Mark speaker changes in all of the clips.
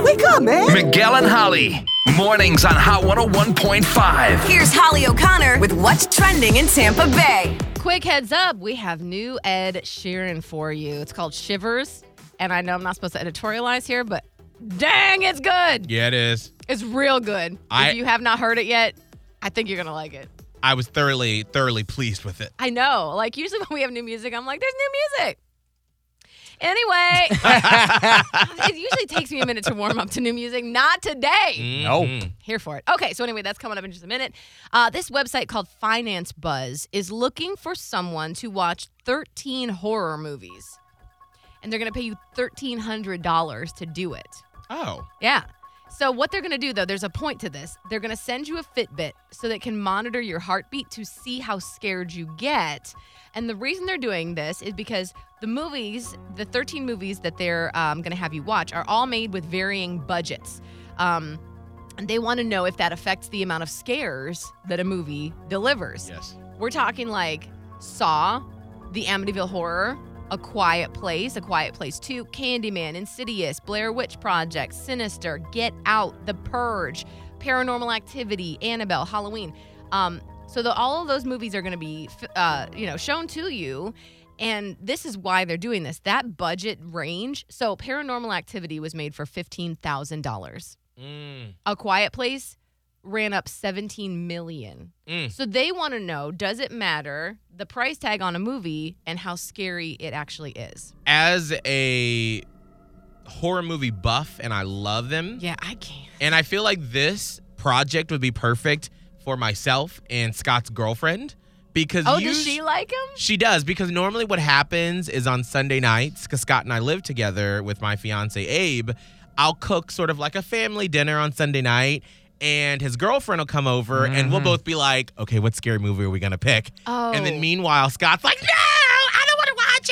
Speaker 1: on, man.
Speaker 2: Miguel and Holly. Mornings on Hot 101.5.
Speaker 3: Here's Holly O'Connor with what's trending in Tampa Bay.
Speaker 4: Quick heads up, we have new Ed Sheeran for you. It's called Shivers. And I know I'm not supposed to editorialize here, but dang, it's good.
Speaker 5: Yeah, it is.
Speaker 4: It's real good.
Speaker 5: I-
Speaker 4: if you have not heard it yet, I think you're going to like it.
Speaker 5: I was thoroughly, thoroughly pleased with it.
Speaker 4: I know. Like, usually when we have new music, I'm like, there's new music. Anyway, it usually takes me a minute to warm up to new music. Not today.
Speaker 5: No.
Speaker 4: Here for it. Okay, so anyway, that's coming up in just a minute. Uh, this website called Finance Buzz is looking for someone to watch 13 horror movies, and they're going to pay you $1,300 to do it.
Speaker 5: Oh.
Speaker 4: Yeah. So what they're going to do though, there's a point to this. They're going to send you a Fitbit so that it can monitor your heartbeat to see how scared you get. And the reason they're doing this is because the movies, the 13 movies that they're um, going to have you watch, are all made with varying budgets. Um, and they want to know if that affects the amount of scares that a movie delivers.
Speaker 5: Yes.
Speaker 4: We're talking like Saw, The Amityville Horror, A Quiet Place, A Quiet Place 2, Candyman, Insidious, Blair Witch Project, Sinister, Get Out, The Purge, Paranormal Activity, Annabelle, Halloween. Um, so the, all of those movies are going to be, f- uh, you know, shown to you. And this is why they're doing this. That budget range. So Paranormal Activity was made for fifteen thousand dollars.
Speaker 5: Mm.
Speaker 4: A Quiet Place ran up 17 million.
Speaker 5: Mm.
Speaker 4: So they want to know does it matter the price tag on a movie and how scary it actually is?
Speaker 5: As a horror movie buff, and I love them.
Speaker 4: Yeah, I can't.
Speaker 5: And I feel like this project would be perfect for myself and Scott's girlfriend because
Speaker 4: Oh,
Speaker 5: you
Speaker 4: does she like him?
Speaker 5: She does because normally what happens is on Sunday nights, because Scott and I live together with my fiance Abe, I'll cook sort of like a family dinner on Sunday night, and his girlfriend will come over, and we'll both be like, okay, what scary movie are we gonna pick? And
Speaker 4: Oh.
Speaker 5: then meanwhile, Scott's like, no, I don't wanna watch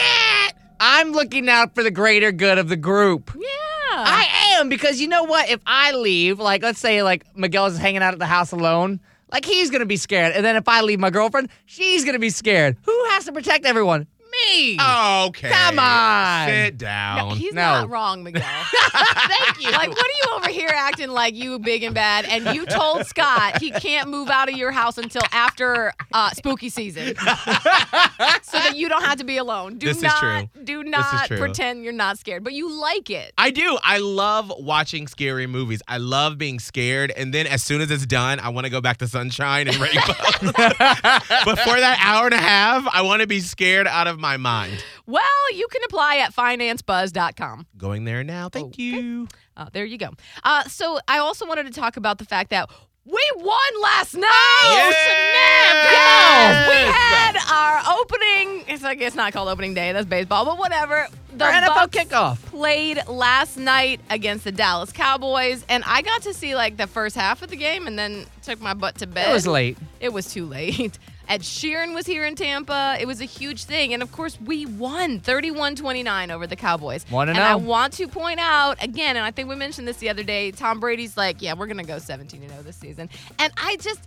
Speaker 5: it.
Speaker 6: I'm looking out for the greater good of the group.
Speaker 4: Yeah.
Speaker 6: I am because you know what? If I leave, like let's say like Miguel's hanging out at the house alone, like he's gonna be scared. And then if I leave my girlfriend, she's gonna be scared. Who has to protect everyone? Me.
Speaker 5: Okay.
Speaker 6: Come on.
Speaker 5: Sit down.
Speaker 4: No, he's
Speaker 6: No.
Speaker 4: not wrong, Miguel. Thank you. Like, what are you over here acting like you big and bad? And you told Scott he can't move out of your house until after uh, spooky season, so that you don't have to be alone. Do
Speaker 5: This is
Speaker 4: not,
Speaker 5: true.
Speaker 4: do
Speaker 5: is
Speaker 4: not
Speaker 5: true.
Speaker 4: pretend you're not scared, but you like it.
Speaker 5: I do. I love watching scary movies. I love being scared. And then as soon as it's done, I want to go back to sunshine and rainbow. but for that hour and a half, I want to be scared out of my mind.
Speaker 4: Well, you can apply at financebuzz.com.
Speaker 5: Going there now. Thank you.
Speaker 4: Uh, there you go. Uh, so I also wanted to talk about the fact that we won last night.
Speaker 5: Yes!
Speaker 4: snap!
Speaker 5: Yes!
Speaker 4: We had our opening. It's like it's not called opening day. That's baseball, but whatever. The
Speaker 6: Our NFL
Speaker 4: Bucks
Speaker 6: kickoff.
Speaker 4: played last night against the Dallas Cowboys, and I got to see like the first half of the game, and then took my butt to bed.
Speaker 6: It was late.
Speaker 4: It was too late. Ed Sheeran was here in Tampa. It was a huge thing. And of course, we won 31 29 over the Cowboys.
Speaker 6: One
Speaker 4: and
Speaker 6: and
Speaker 4: I
Speaker 6: oh.
Speaker 4: want to point out again, and I think we mentioned this the other day Tom Brady's like, yeah, we're going to go 17 0 this season. And I just,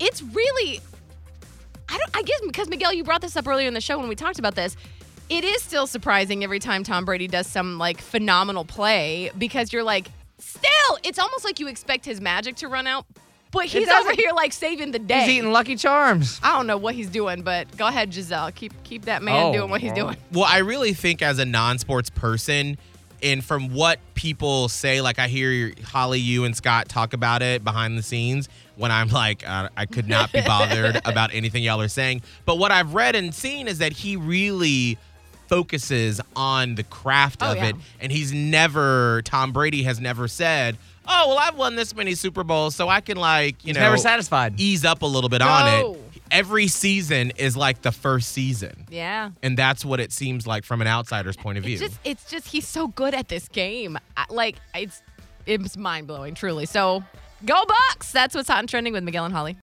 Speaker 4: it's really, I don't, I guess because Miguel, you brought this up earlier in the show when we talked about this. It is still surprising every time Tom Brady does some like phenomenal play because you're like, still, it's almost like you expect his magic to run out, but he's over
Speaker 6: doesn't.
Speaker 4: here like saving the day.
Speaker 6: He's eating Lucky Charms.
Speaker 4: I don't know what he's doing, but go ahead, Giselle. Keep keep that man
Speaker 6: Oh,
Speaker 4: doing what he's
Speaker 6: wow.
Speaker 4: doing.
Speaker 5: Well, I really think as a non-sports person, and from what people say, like I hear Holly, you and Scott talk about it behind the scenes. When I'm like, uh, I could not be bothered about anything y'all are saying. But what I've read and seen is that he really focuses on the craft
Speaker 4: Oh,
Speaker 5: of
Speaker 4: yeah.
Speaker 5: it, and he's never. Tom Brady has never said, "Oh, well, I've won this many Super Bowls, so I can like, you
Speaker 6: He's
Speaker 5: know,
Speaker 6: never satisfied.
Speaker 5: ease up a little bit on
Speaker 4: No.
Speaker 5: it." Every season is like the first season
Speaker 4: Yeah.
Speaker 5: and that's what it seems like from an outsider's point of view.
Speaker 4: It's just it's just he's so good at this game. I, like it's it's mind blowing, truly. So go Bucks! That's what's hot and trending with Miguel and Holly.